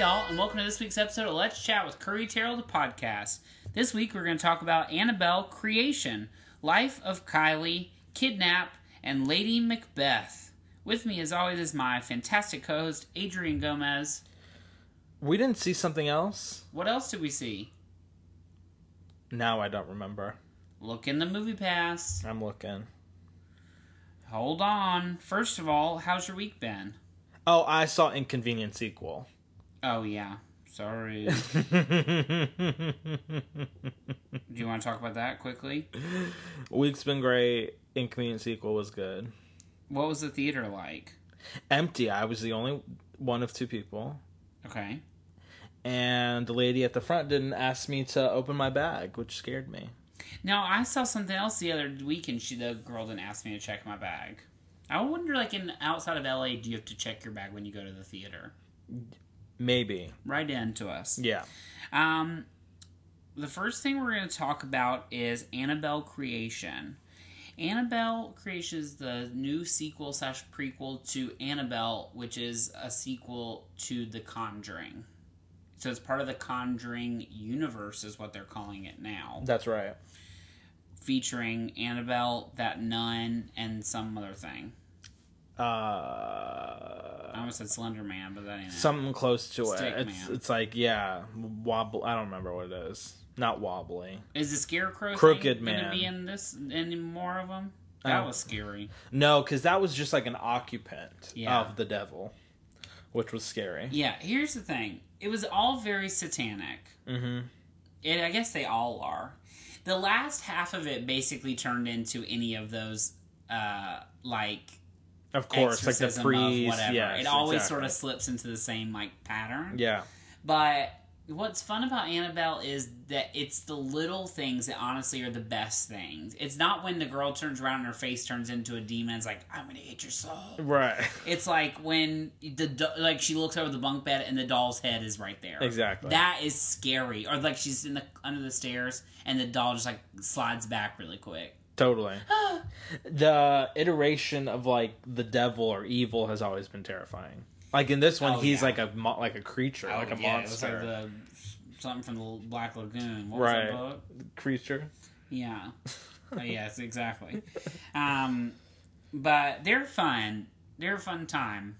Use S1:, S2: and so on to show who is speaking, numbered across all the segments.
S1: to this week's episode of Let's Chat with Curry Terrell, the podcast. This week we're going to talk about Annabelle Creation, Life of Kylie, Kidnap, and Lady Macbeth. With me, as always, is my fantastic co host, Adrian Gomez.
S2: We didn't see something else.
S1: What else did we see?
S2: Now I don't remember.
S1: Look in the movie pass.
S2: I'm looking.
S1: Hold on. First of all, how's your week been?
S2: Oh, I saw Inconvenient Sequel.
S1: Oh, yeah. Sorry. Do you want to talk about that quickly?
S2: Week's been great. Inconvenient Sequel was good.
S1: What was the theater like?
S2: Empty. I was the only one of two people.
S1: Okay.
S2: And the lady at the front didn't ask me to open my bag, which scared me.
S1: Now I saw something else the other week, and she, the girl, didn't ask me to check my bag. I wonder, like in outside of LA, do you have to check your bag when you go to the theater?
S2: Maybe.
S1: Right into us.
S2: Yeah.
S1: Um, the first thing we're going to talk about is Annabelle Creation. Annabelle Creation is the new sequel slash prequel to Annabelle, which is a sequel to The Conjuring. So it's part of the Conjuring universe, is what they're calling it now,
S2: That's right.
S1: featuring Annabelle, that nun, and some other thing. I
S2: Uh
S1: almost said Slender Man, but that ain't it.
S2: something close to it.
S1: Stick
S2: It's
S1: man.
S2: it's like yeah, wobble I don't remember what it is. Not wobbly.
S1: Is the Scarecrow
S2: Crooked
S1: thing gonna
S2: Man.
S1: be in this? Any more of them? That
S2: Oh.
S1: was scary.
S2: No, because that was just like an occupant
S1: Yeah.
S2: of the devil, which was scary.
S1: Yeah, here's the thing. It was all very satanic.
S2: hmm
S1: It, I guess they all are. The last half of it basically turned into any of those, uh, like,
S2: Of course, like the
S1: exorcism of
S2: priest.
S1: whatever.
S2: Yes,
S1: it always
S2: exactly.
S1: sort of slips into the same, like, pattern.
S2: Yeah,
S1: But what's fun about Annabelle is that it's the little things that honestly are the best things. It's not when the girl turns around and her face turns into a demon. It's like I'm gonna eat your soul.
S2: right.
S1: It's like when the do- like she looks over the bunk bed and the doll's head is right there.
S2: Exactly.
S1: That is scary. Or like she's in the under the stairs and the doll just like slides back really quick.
S2: totally. the iteration of like the devil or evil has always been terrifying. Like in this one,
S1: Oh,
S2: he's
S1: yeah.
S2: like a mo- like a creature, like a
S1: Oh, Yeah, it was
S2: monster
S1: like the something from the Black Lagoon. What
S2: Right.
S1: was that book?
S2: creature.
S1: Yeah. Oh, yes, exactly. Um, but they're fun. They're a fun time.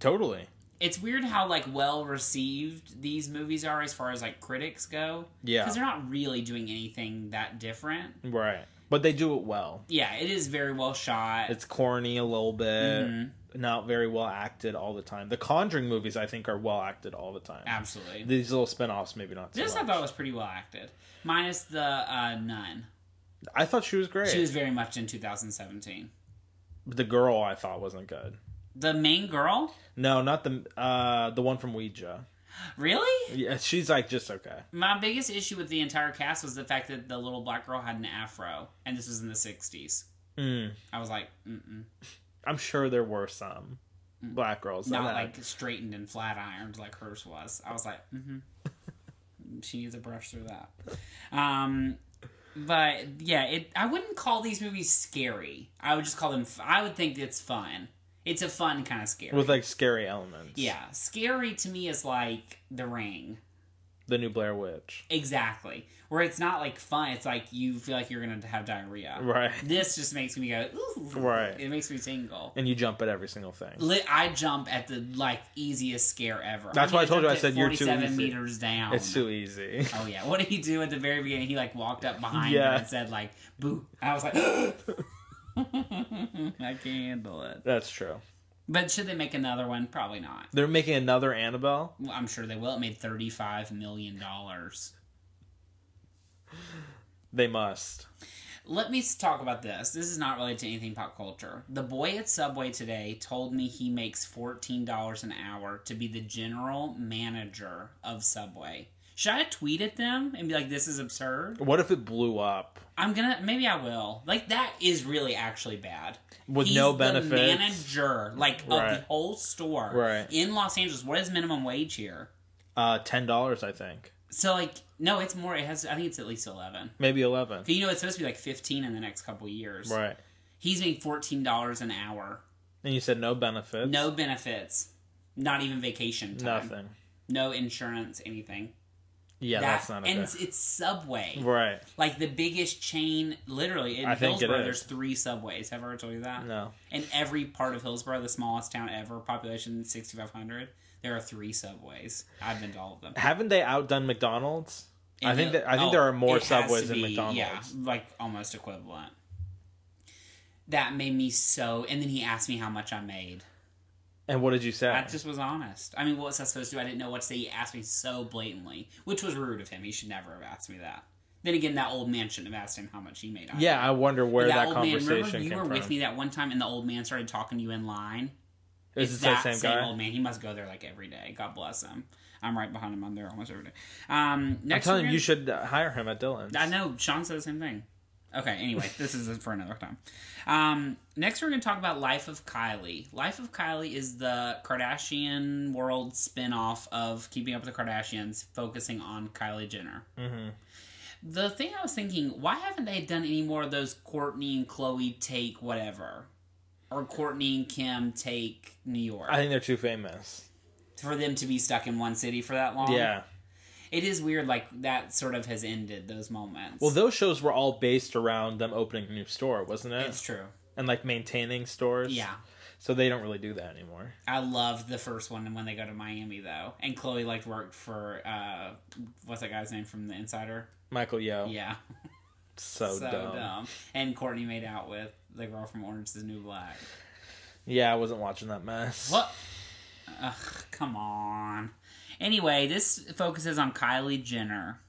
S2: Totally.
S1: It's weird how like well received these movies are as far as like critics go.
S2: Yeah.
S1: Because they're not really doing anything that different.
S2: Right. But they do it well.
S1: Yeah, it is very well shot.
S2: It's corny a little bit,
S1: Mhm.
S2: not very well acted all the time. The Conjuring movies, I think, are well acted all the time.
S1: Absolutely.
S2: These little spin-offs, maybe not. So
S1: this I
S2: much.
S1: thought was pretty well acted. Minus the uh, nun.
S2: I thought she was great.
S1: She was very much in 2017.
S2: the girl I thought wasn't good.
S1: The main girl?
S2: No, not the uh the one from Ouija.
S1: Really?
S2: Yeah, she's like just okay.
S1: My biggest issue with the entire cast was the fact that the little black girl had an afro, and this was in the 60s.
S2: Mm.
S1: I was like, mm-mm.
S2: I'm sure there were some black girls. that
S1: Mm. Not
S2: had-
S1: like straightened and flat ironed like hers was. I was like, mm-hmm. she needs a brush through that. Um, but yeah, it. I wouldn't call these movies scary. I would just call them. f- I would think it's fun. It's a fun kind of scary.
S2: with like scary elements.
S1: yeah, scary to me is like The Ring.
S2: the new Blair Witch.
S1: Exactly. Where it's not like fun. It's like you feel like you're gonna have diarrhea.
S2: Right,
S1: This just makes me go ooh.
S2: Right.
S1: It makes me tingle.
S2: and you jump at every single thing.
S1: Li I jump at the like easiest scare ever.
S2: That's why I told you,
S1: jumped
S2: I
S1: at
S2: said you're too
S1: 47
S2: easy.
S1: meters down.
S2: It's too easy.
S1: Oh yeah, what did he do at the very beginning? He like walked up behind her
S2: Yeah.
S1: and said like "boo." I was like, I can't handle it.
S2: That's true.
S1: But should they make another one? Probably not.
S2: They're making another Annabelle.
S1: Well, I'm sure they will. It made thirty five million dollars.
S2: They must.
S1: Let me s- talk about this. This is not related to anything pop culture. The boy at Subway today told me he makes $14 an hour to be the general manager of Subway. Should I tweet at them and be like, this is absurd?
S2: What if it blew up
S1: I'm gonna, maybe I will. Like, that is really actually bad.
S2: with
S1: He's
S2: no
S1: The
S2: benefits?
S1: manager, like, of
S2: Right.
S1: the whole store
S2: Right.
S1: in Los Angeles. What is minimum wage here?
S2: Uh, ten dollars, I think,
S1: So, like, no, it's more. It has, I think it's at least 11.
S2: maybe eleven.
S1: 'Cause You know, it's supposed to be like 15 in the next couple years.
S2: Right,
S1: He's making $14 an hour.
S2: and you said no benefits,
S1: No benefits. Not even vacation time.
S2: nothing.
S1: No insurance, anything.
S2: Yeah,
S1: That-
S2: that's not
S1: and
S2: okay.
S1: it's, it's Subway,
S2: Right.
S1: like the biggest chain. Literally in
S2: I think it
S1: Hillsborough,
S2: is.
S1: there's three Subways. Have I ever told you that?
S2: No.
S1: In every part of Hillsborough, the smallest town ever, population 6,500, there are three Subways. I've been to all of them.
S2: Haven't they outdone McDonald's? I
S1: And
S2: think
S1: the-
S2: that I think
S1: oh,
S2: there are more
S1: it has to
S2: Subways than
S1: be,
S2: McDonald's.
S1: like almost equivalent. That made me so. And then he asked me how much I made.
S2: And what did you say?
S1: I just was honest. I mean, what was I supposed to do? I didn't know what to say. He asked me so blatantly, which was rude of him. He should never have asked me that. Then again, that old man shouldn't have asked him how much he made. either.
S2: yeah, I wonder where
S1: But
S2: that,
S1: old oh, Man, remember
S2: conversation
S1: you
S2: came
S1: were
S2: from.
S1: with me that one time, and the old man started talking to you in line.
S2: Is
S1: It's
S2: it the
S1: that
S2: same,
S1: same,
S2: guy?
S1: old man. He must go there like every day. God bless him. I'm right behind him. I'm there almost every day. Um,
S2: I'm
S1: next
S2: telling
S1: we're
S2: him you
S1: gonna-
S2: should uh, hire him at Dylan's.
S1: I know Sean said the same thing. Okay. Anyway, this is for another time. Um, next, we're going to talk about Life of Kylie. Life of Kylie is the Kardashian world spinoff of Keeping Up with the Kardashians, focusing on Kylie Jenner.
S2: Mhm.
S1: The thing I was thinking, why haven't they done any more of those Courtney and Chloe take whatever, or Courtney and Kim take New York?
S2: I think they're too famous.
S1: for them to be stuck in one city for that long.
S2: yeah.
S1: It is weird, like that sort of has ended those moments.
S2: Well, those shows were all based around them opening a new store, wasn't it?
S1: it's true.
S2: and like maintaining stores.
S1: Yeah.
S2: So they don't really do that anymore.
S1: I loved the first one when they go to Miami though. And Chloe like worked for uh what's that guy's name from the insider?
S2: Michael Yo.
S1: Yeah.
S2: Oh, So,
S1: so
S2: dumb.
S1: dumb. And Courtney made out with the girl from Orange is the New Black.
S2: Yeah, I wasn't watching that mess.
S1: What? Ugh, come on. Anyway, this focuses on Kylie Jenner.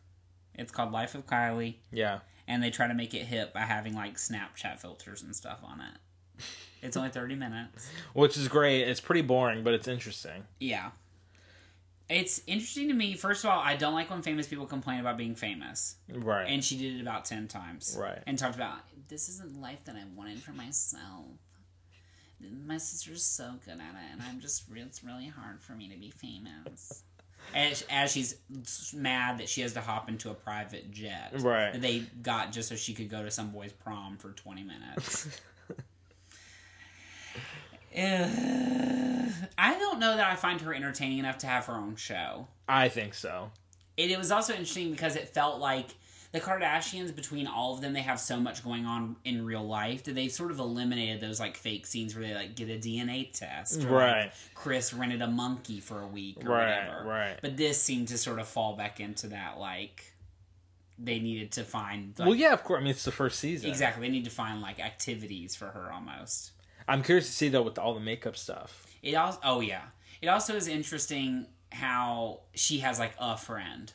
S1: It's called Life of Kylie.
S2: Yeah.
S1: and they try to make it hip by having like Snapchat filters and stuff on it. It's only 30 minutes.
S2: Which is great. It's pretty boring, but it's interesting.
S1: Yeah. It's interesting to me. First of all, I don't like when famous people complain about being famous.
S2: Right.
S1: And she did it about 10 times.
S2: Right.
S1: And talked about this isn't the life that I wanted for myself. My sister's so good at it, and I'm just, it's really hard for me to be famous. As, as she's mad that she has to hop into a private jet.
S2: Right.
S1: that they got just so she could go to some boy's prom for 20 minutes. Ugh. I don't know that I find her entertaining enough to have her own show.
S2: I think so.
S1: It, it was also interesting because it felt like the Kardashians, between all of them, they have so much going on in real life that they've sort of eliminated those like fake scenes where they like get a DNA test. or, like,
S2: Right.
S1: Chris rented a monkey for a week or
S2: Right,
S1: whatever.
S2: right.
S1: But this seemed to sort of fall back into that like they needed to find like,
S2: Well, yeah, of course. I mean, it's the first season.
S1: Exactly. They need to find like activities for her almost.
S2: I'm curious to see though with all the makeup stuff.
S1: It also oh yeah. It also is interesting how she has like a friend.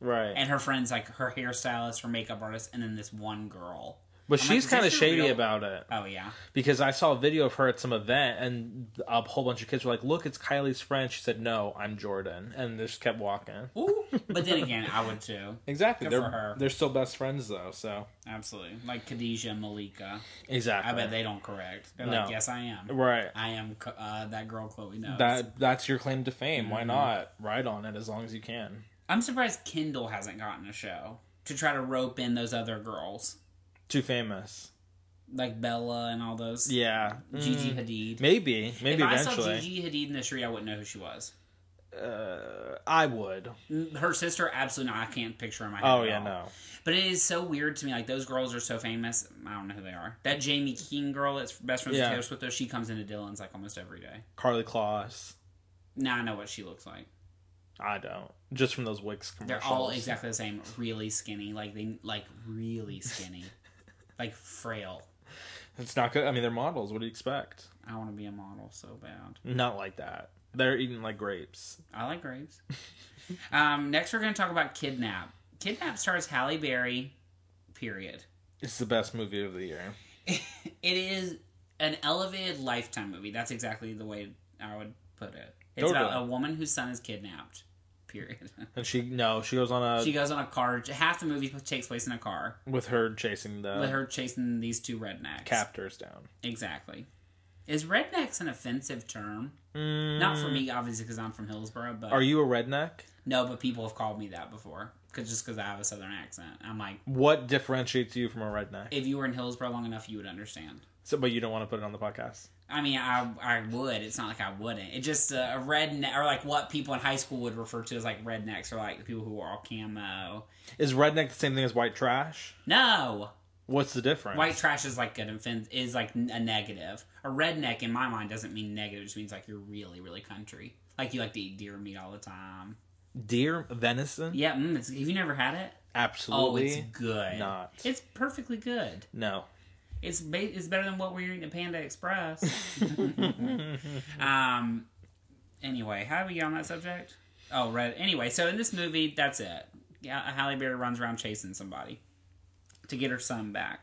S2: Right.
S1: And her friends like her hairstylist, her makeup artist, and then this one girl.
S2: but
S1: I'm like,
S2: she's
S1: is
S2: kind of
S1: this the
S2: shady
S1: real-
S2: about it
S1: Oh yeah.
S2: because I saw a video of her at some event and a whole bunch of kids were like, "Look, it's Kylie's friend." She said, "No, I'm Jordan," and they just kept walking.
S1: Ooh. but then again, I would too.
S2: Exactly.
S1: Good
S2: they're
S1: for her.
S2: they're still best friends though. So
S1: Absolutely. Like Khadijah and Malika.
S2: exactly.
S1: I bet they don't correct. They're
S2: No.
S1: like, yes, I am.
S2: Right.
S1: I am uh, that girl Chloe knows.
S2: That that's your claim to fame.
S1: Mm-hmm.
S2: Why not ride on it as long as you can?
S1: I'm surprised Kendall hasn't gotten a show to try to rope in those other girls
S2: Too famous.
S1: like Bella and all those.
S2: Yeah.
S1: Gigi
S2: Mm,
S1: Hadid.
S2: Maybe. Maybe
S1: if I
S2: eventually.
S1: saw Gigi Hadid in the street, I wouldn't know who she was.
S2: uh, I would.
S1: N- Her sister, absolutely not. I can't picture her in my head.
S2: Oh
S1: at
S2: yeah,
S1: all.
S2: no.
S1: But it is so weird to me. Like those girls are so famous. I don't know who they are. That Jamie King girl that's best friends
S2: Yeah.
S1: with Taylor Swift, though, she comes into Dylan's like almost every day.
S2: Carly Claus.
S1: Now I know what she looks like.
S2: I don't. Just from those Wix commercials.
S1: They're all exactly the same. Really skinny. Like they like really skinny, like frail.
S2: It's not good. I mean, they're models. What do you expect?
S1: I want to be a model so bad.
S2: Not like that. They're eating like grapes.
S1: I like grapes. um, next, we're going to talk about Kidnap. Kidnap stars Halle Berry. Period.
S2: It's the best movie of the year.
S1: It is an elevated lifetime movie. That's exactly the way I would put it. It's
S2: Totally.
S1: about a woman whose son is kidnapped. Period.
S2: And she no, she goes on a
S1: she goes on a car. Half the movie takes place in a car
S2: with her chasing the
S1: with her chasing these two rednecks.
S2: captors down.
S1: Exactly. Is rednecks an offensive term?
S2: Mm,
S1: Not for me, obviously, because I'm from Hillsborough. But
S2: Are you a redneck? no.
S1: no, but people have called me that before, cause just because I have a southern accent. I'm like,
S2: What differentiates you from a redneck?
S1: if you were in Hillsborough long enough, you would understand.
S2: So, but you don't want to put it on the podcast.
S1: I mean, I I would. It's not like I wouldn't. It's just uh, a, a redneck, or like what people in high school would refer to as like rednecks, or like the people who are all camo.
S2: Is redneck the same thing as white trash?
S1: No,
S2: What's the difference?
S1: white trash is like an offense, is like n- a negative. A redneck in my mind doesn't mean negative. It just means like you're really really country. Like you like to eat deer meat all the time.
S2: deer venison?
S1: Yeah, mm, it's, have you never had it? Oh,
S2: Absolutely
S1: it's good.
S2: not.
S1: It's perfectly good.
S2: no.
S1: It's ba- it's better than what we're eating at Panda Express. um. Anyway, how are we on that subject? Oh, right. Anyway, so in this movie, that's it. Yeah, Halle Berry runs around chasing somebody to get her son back.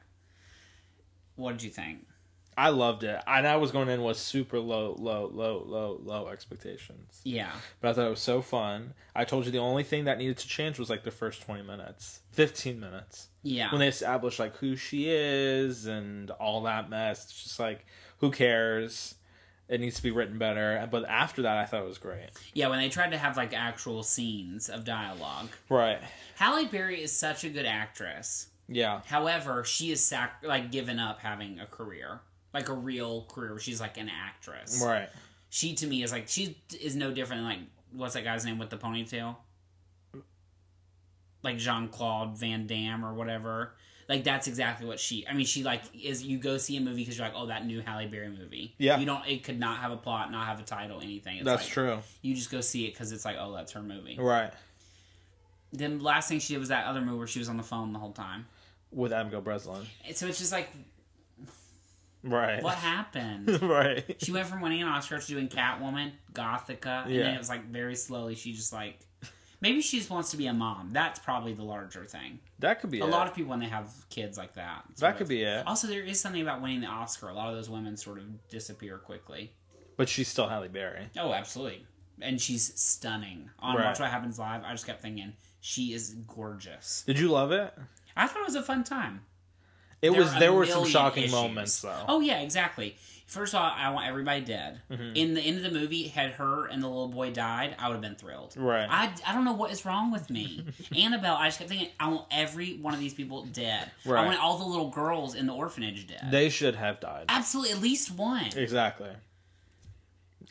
S1: What did you think?
S2: I loved it, and I was going in with super low, low, low, low, low expectations.
S1: Yeah,
S2: But I thought it was so fun. I told you the only thing that needed to change was like the first twenty minutes, fifteen minutes.
S1: yeah.
S2: when they establish like who she is and all that mess it's just like who cares it needs to be written better but after that i thought it was great
S1: Yeah, when they tried to have like actual scenes of dialogue.
S2: right
S1: Halle Berry is such a good actress.
S2: yeah
S1: However, she is sac- like given up having a career, like a real career. where She's like an actress.
S2: right
S1: she to me is like she is no different than like what's that guy's name with the ponytail like jean-claude van damme or whatever like that's exactly what she i mean she like is you go see a movie because you're like oh that new halle berry movie
S2: Yeah.
S1: you don't it could not have a plot not have a title anything it's
S2: that's
S1: like,
S2: true
S1: you just go see it because it's like oh that's her movie
S2: right
S1: then last thing she did was that other movie where she was on the phone the whole time
S2: with abigail breslin
S1: And so it's just like
S2: right
S1: what happened
S2: right
S1: she went from winning an Oscar to doing Catwoman, Gothica, and then
S2: Yeah.
S1: it was like very slowly. She just like maybe she just wants to be a mom. That's probably the larger thing.
S2: that could be
S1: A
S2: it.
S1: lot of people when they have kids like that, sort
S2: that could
S1: of-
S2: be it
S1: Also, there is something about winning the Oscar. A lot of those women sort of disappear quickly.
S2: but she's still halle berry
S1: Oh, absolutely. And she's stunning. On
S2: Right.
S1: Watch What Happens Live, I just kept thinking she is gorgeous.
S2: did you love it
S1: I thought it was a fun time.
S2: it
S1: There
S2: was
S1: are a
S2: there were some
S1: million
S2: shocking
S1: issues.
S2: moments though
S1: Oh yeah, exactly. First of all, I want everybody dead.
S2: Mm-hmm.
S1: In the end of the movie, had her and the little boy died, I would have been thrilled.
S2: right
S1: I, I don't know what is wrong with me. Annabelle, I just kept thinking, I want every one of these people dead. I
S2: Right.
S1: want all the little girls in the orphanage dead.
S2: they should have died
S1: Absolutely, at least one.
S2: exactly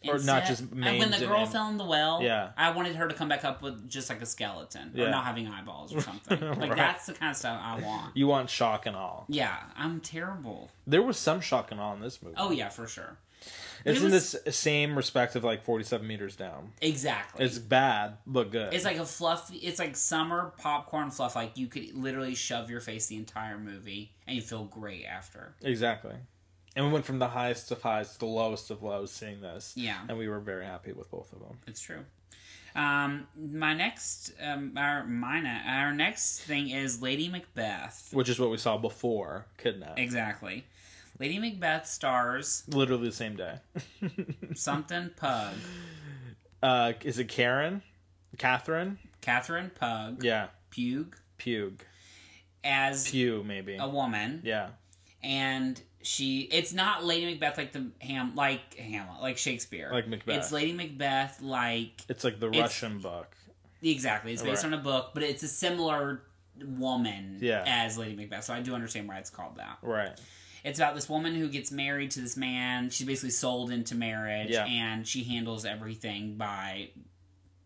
S2: or
S1: And
S2: not
S1: Seth-
S2: just
S1: and When
S2: maimed
S1: the
S2: and
S1: girl
S2: in-
S1: fell in the well,
S2: Yeah.
S1: I wanted her to come back up with just like a skeleton or
S2: Yeah.
S1: not having eyeballs or something. like,
S2: Right.
S1: that's the kind of stuff I want.
S2: you want shock and all
S1: Yeah, I'm terrible.
S2: there was some shock and all in this movie
S1: Oh, yeah, for sure.
S2: It's
S1: It
S2: in
S1: was-
S2: this same respect of like 47 meters down.
S1: Exactly.
S2: It's bad, but good.
S1: It's like a fluffy. It's like summer popcorn fluff. Like you could literally shove your face the entire movie, and you feel great after.
S2: exactly. And we went from the highest of highs to the lowest of lows seeing this.
S1: Yeah.
S2: And we were very happy with both of them.
S1: It's true. Um, my next, um, our my ne- our next thing is Lady Macbeth.
S2: Which is what we saw before Kidnap.
S1: Exactly. Lady Macbeth stars
S2: Literally the same day.
S1: something Pug,
S2: Uh, is it Karen? Catherine?
S1: Catherine Pug,
S2: Yeah.
S1: Pug,
S2: Pug.
S1: as
S2: Pew, maybe.
S1: a woman,
S2: Yeah.
S1: and she. It's not Lady Macbeth like the ham like Hamlet like Shakespeare.
S2: Like Macbeth.
S1: It's Lady Macbeth like
S2: It's like the
S1: It's-
S2: Russian book.
S1: Exactly. It's based
S2: Oh, Right.
S1: on a book, but it's a similar woman
S2: Yeah.
S1: as Lady Macbeth, so I do understand why it's called that.
S2: Right.
S1: It's about this woman who gets married to this man. She's basically sold into marriage,
S2: Yeah.
S1: and she handles everything by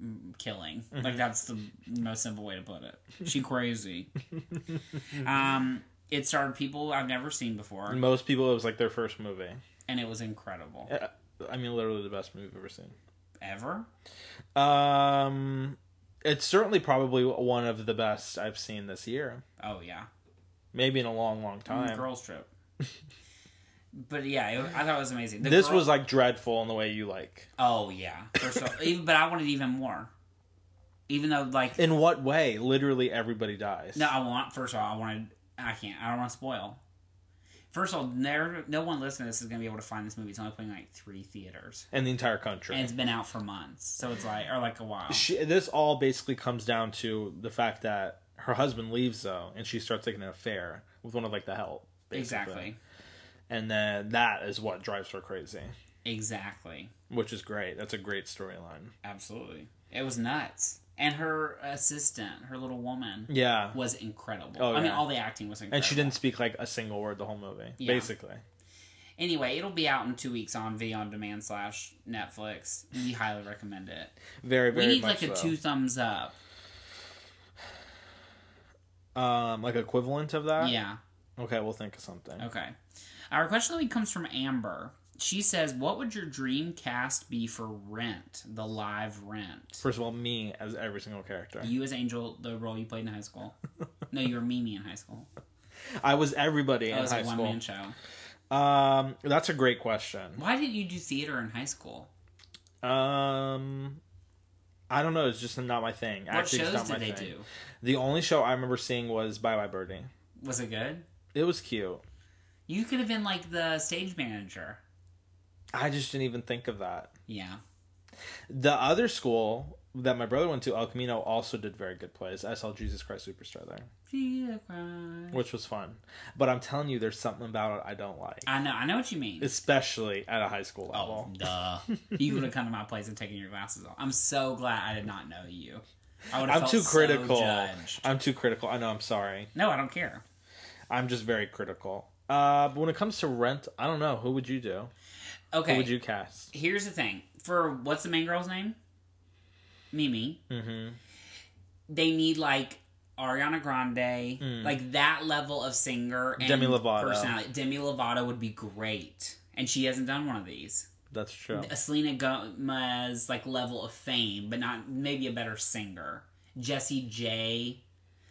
S1: mm, killing.
S2: Mm-hmm.
S1: Like, that's the most simple way to put it. She crazy.
S2: Mm-hmm.
S1: um, it starred people I've never seen before,
S2: Most people, it was like their first movie.
S1: and it was incredible.
S2: Uh, I mean, literally the best movie I've ever seen.
S1: Ever?
S2: Um, it's certainly probably one of the best I've seen this year.
S1: Oh, yeah.
S2: Maybe in a long, long time.
S1: Girls trip. But yeah, it, I thought it was amazing. The
S2: this
S1: girl-
S2: was like dreadful in the way you like.
S1: Oh yeah, for sure. even, but I wanted even more. Even though, like,
S2: In what way? Literally everybody dies.
S1: no, I want. First of all, I wanted. I can't. I don't want to spoil. First of all, there, no one listening to this is going to be able to find this movie. It's only playing in, like three theaters,
S2: in the entire country.
S1: and it's been out for months. So it's like, or like a while.
S2: she, this all basically comes down to the fact that her husband leaves though, and she starts taking an affair with one of like the help. basically.
S1: Exactly.
S2: And then that is what drives her crazy,
S1: Exactly.
S2: which is great. That's a great storyline.
S1: Absolutely. It was nuts. And her assistant, her little woman,
S2: Yeah.
S1: was incredible.
S2: Oh,
S1: I mean,
S2: yeah.
S1: all the acting was incredible.
S2: And she didn't speak like a single word the whole movie,
S1: Yeah.
S2: basically.
S1: Anyway, it'll be out in two weeks on V on Demand slash Netflix. We highly recommend it.
S2: Very, very
S1: we need
S2: much
S1: like a
S2: so.
S1: two thumbs up.
S2: um, like equivalent of that.
S1: yeah.
S2: Okay, we'll think of something.
S1: Okay. Our question of the week comes from Amber. She says, "What would your dream cast be for Rent, the live Rent?
S2: First of all, me as every single character.
S1: you as Angel, the role you played in high school. no, you were Mimi in high school.
S2: I was everybody
S1: That
S2: in
S1: was
S2: high
S1: a one
S2: school.
S1: man show.
S2: Um, that's a great question.
S1: Why did you do theater in high school?
S2: Um, I don't know. It's just not my thing.
S1: What
S2: Actually,
S1: shows
S2: it's not my
S1: did they
S2: thing.
S1: do?
S2: The only show I remember seeing was Bye Bye Birdie.
S1: Was it good?
S2: It was cute.
S1: You could have been like the stage manager.
S2: I just didn't even think of that.
S1: Yeah.
S2: The other school that my brother went to, El Camino, also did very good plays. I saw Jesus Christ Superstar there,
S1: Jesus Christ.
S2: which was fun. But I'm telling you, there's something about it I don't like,
S1: I know. I know what you mean.
S2: especially at a high school
S1: oh,
S2: level.
S1: duh. you would have come to my place and taken your glasses off. I'm so glad I did not know you. I would have
S2: I'm
S1: felt
S2: too
S1: so
S2: critical.
S1: judged.
S2: I'm too critical. I know. I'm sorry.
S1: No, I don't care.
S2: I'm just very critical. Uh, but when it comes to rent, I don't know. Who would you do? Who
S1: Okay.
S2: would you cast?
S1: Here's the thing. For what's the main girl's name? Mimi.
S2: Mm-hmm.
S1: They need like Ariana Grande, like that level of singer and
S2: Hmm. Demi Lovato.
S1: personality. Demi Lovato would be great, and she hasn't done one of these.
S2: That's true.
S1: a Selena Gomez like level of fame, but not maybe a better singer. Jesse J.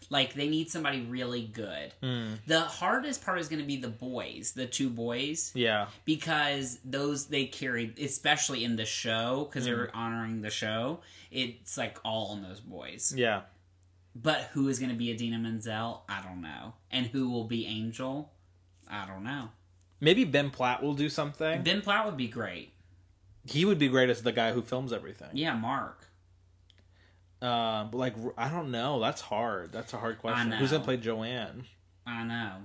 S1: Like they need somebody really good.
S2: Mm.
S1: The hardest part is going to be the boys, the two boys,
S2: Yeah.
S1: because those they carried, especially in the show, because they're honoring the show. It's like all on those boys.
S2: Yeah.
S1: But who is going to be Adina Menzel? I don't know. And who will be Angel? I don't know.
S2: Maybe Ben Platt will do something.
S1: Ben Platt would be great.
S2: He would be great as the guy who films everything.
S1: Yeah, Mark.
S2: Uh, but like I don't know. That's hard. That's a hard question.
S1: know.
S2: Who's gonna play Joanne?
S1: I know.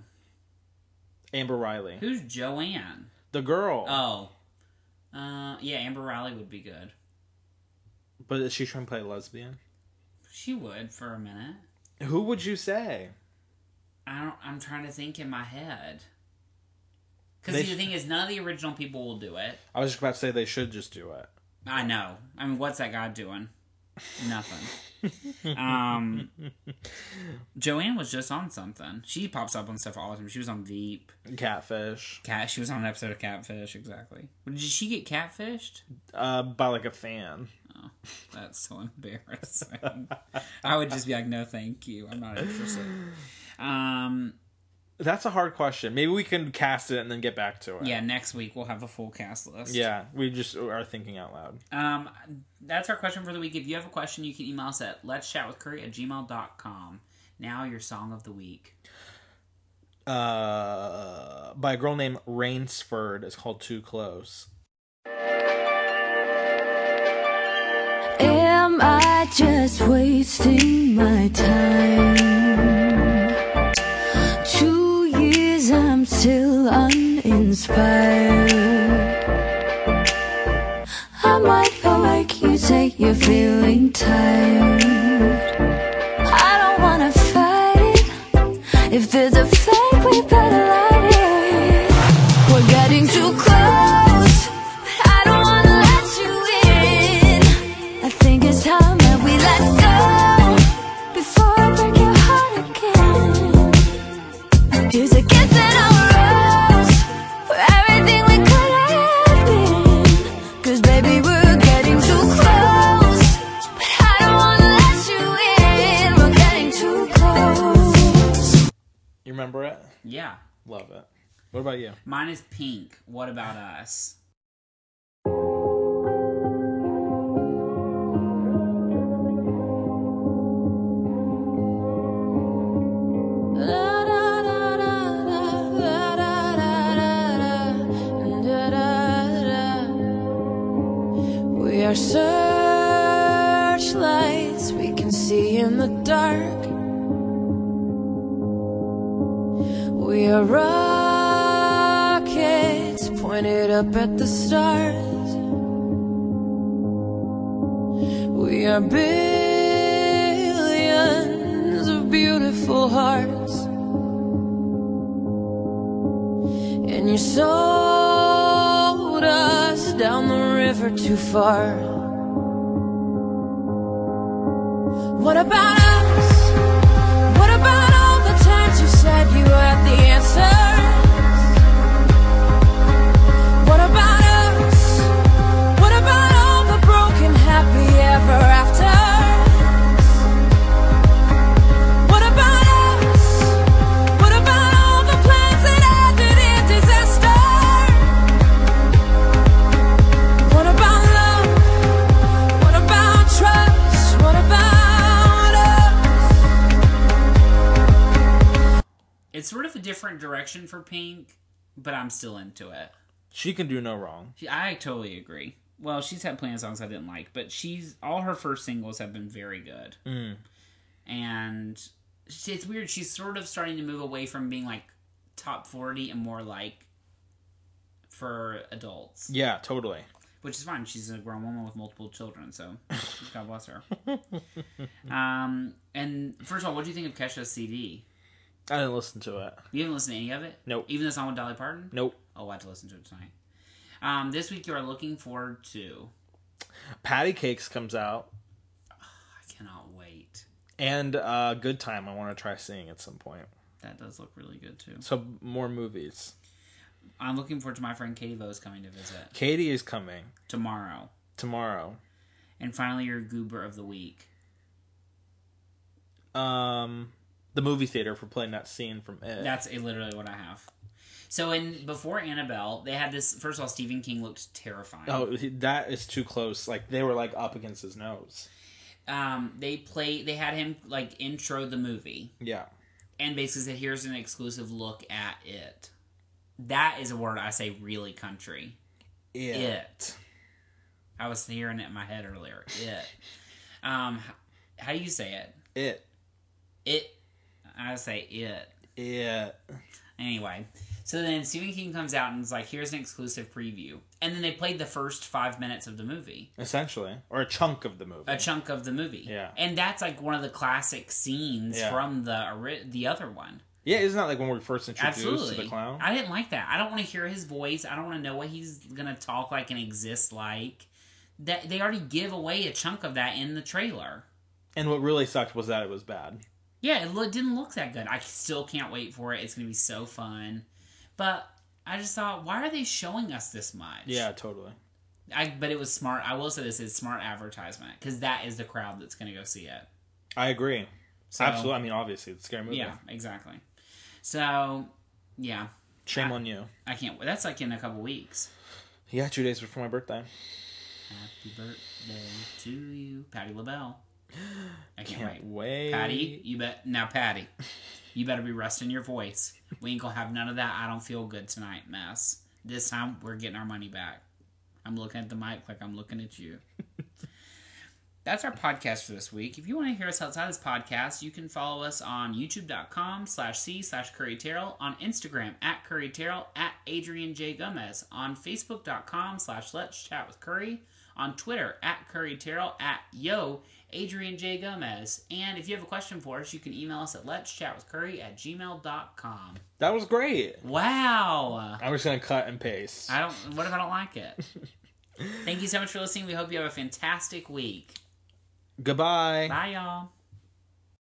S2: Amber Riley,
S1: Who's Joanne?
S2: the girl.
S1: Oh. Uh, yeah, Amber Riley would be good.
S2: but is she trying to play lesbian?
S1: She would for a minute.
S2: Who would you say?
S1: I don't. I'm trying to think in my head.
S2: They
S1: Because the
S2: sh-
S1: thing is, none of the original people will do it.
S2: I was just about to say they should just do it.
S1: I know. I mean, what's that guy doing? Nothing. um, Joanne was just on something. She pops up on stuff all the time. She was on Veep.
S2: Catfish
S1: Cat. She was on an episode of Catfish. Exactly. Did she get catfished?
S2: uh, by like a fan.
S1: That's so embarrassing. I would just be like, no, thank you. I'm not interested. Um,
S2: That's a hard question. Maybe we can cast it and then get back to it.
S1: yeah, next week we'll have a full cast list.
S2: Yeah. We just are thinking out loud.
S1: Um, that's our question for the week. If you have a question, you can email us at let's chat with Curry at gmail.com. Now, your song of the week.
S2: Uh, by a girl named Rainsford. It's called Too Close.
S3: Am I just wasting my time? Two years I'm still uninspired. I might feel like you say you're feeling tired. I don't wanna fight it. If there's a flame, we better light it. We're getting too close. I don't wanna let you in. I think it's time that we let go before I break your heart again. Here's a kiss and a rose for everything we could have been. Cause baby, we're getting too close. But I don't wanna let you in. We're getting too close.
S2: You remember it?
S1: Yeah.
S2: Love it. What about you?
S1: Mine is pink. What about us?
S3: We are searchlights we can see in the dark. We are rockets pointed up at the stars. We are billions of beautiful hearts. And you're so
S4: never too far. What about us? What about all the times you said you had the answers? What about us? What about all the broken happy ever afters? What about us? What about all the plans that ended in disaster? What about love? What about trust? What about us?
S1: It's sort of a different direction for Pink, but I'm still into it.
S2: She can do no wrong.
S1: She- I totally agree. Well, she's had plenty of songs I didn't like, but she's all her first singles have been very good.
S2: Mm.
S1: And she- it's weird. She's sort of starting to move away from being like top forty and more like for adults,
S2: Yeah, totally.
S1: which is fine. She's a grown woman with multiple children, so God bless her. um, and first of all, what do you think of Kesha's CD?
S2: I didn't listen to it.
S1: You haven't listened to any of it.
S2: Nope.
S1: Even the song with Dolly Parton.
S2: Nope.
S1: I'll have to listen to it tonight. Um, this week you are looking forward to.
S2: Patty Cakes comes out,
S1: I cannot wait.
S2: and uh, Good Time. I want to try seeing at some point.
S1: That does look really good too.
S2: So more movies.
S1: I'm looking forward to my friend Katie Vo's coming to visit
S2: Katie is coming
S1: tomorrow.
S2: tomorrow.
S1: And finally, your goober of the week.
S2: Um, the movie theater for playing that scene from It.
S1: That's a, literally what I have. So, in before Annabelle, they had this. First of all, Stephen King looked terrifying.
S2: Oh, he- that is too close. Like they were like up against his nose.
S1: Um, they play. They had him like intro the movie
S2: Yeah.
S1: and basically said, "Here's an exclusive look at it." That is a word I say really country. It. I was hearing it in my head earlier. It. um, h- how do you say it?
S2: It.
S1: It. I say it.
S2: It.
S1: Anyway, so then Stephen King comes out and is like, "Here's an exclusive preview," and then they played the first five minutes of the movie,
S2: Essentially, or a chunk of the movie.
S1: a chunk of the movie.
S2: Yeah.
S1: and that's like one of the classic scenes
S2: Yeah.
S1: from the ori- the other one.
S2: yeah, isn't that like when we first introduced
S1: Absolutely,
S2: to the clown?
S1: I didn't like that. I don't want to hear his voice. I don't want to know what he's gonna talk like and exist like. That they already give away a chunk of that in the trailer.
S2: and what really sucked was that it was bad.
S1: Yeah, it lo- didn't look that good. I still can't wait for it. It's gonna be so fun, but. I just thought, why are they showing us this much?
S2: Yeah, totally.
S1: I but it was smart. I will say this is smart advertisement because that is the crowd that's going to go see it.
S2: I agree.
S1: So,
S2: Absolutely. I mean, obviously, it's a scary movie.
S1: Yeah, exactly. So, yeah,
S2: Shame on you.
S1: I can't. wait. That's like in a couple weeks.
S2: Yeah, two days before my birthday.
S1: Happy birthday to you, Patty LaBelle. I can't,
S2: Can't
S1: wait.
S2: wait.
S1: Patty, you bet now, Patty. You better be resting your voice. We ain't gonna have none of that. I don't feel good tonight, mess. This time we're getting our money back. I'm looking at the mic like I'm looking at you. That's our podcast for this week. If you want to hear us outside this podcast, you can follow us on youtube.com slash C slash Curry Terrell, on Instagram at Curry Terrell, at Adrian J. Gomez, on Facebook.com slash Let's Chat with Curry, on Twitter at Curry Terrell, at Yo Adrian J. Gomez. And if you have a question for us, you can email us at Let's Chat with Curry at gmail.com.
S2: That was great.
S1: Wow.
S2: I'm just gonna cut and paste.
S1: I don't, what if I don't like it? Thank you so much for listening. We hope you have a fantastic week.
S2: Goodbye.
S1: Bye, y'all.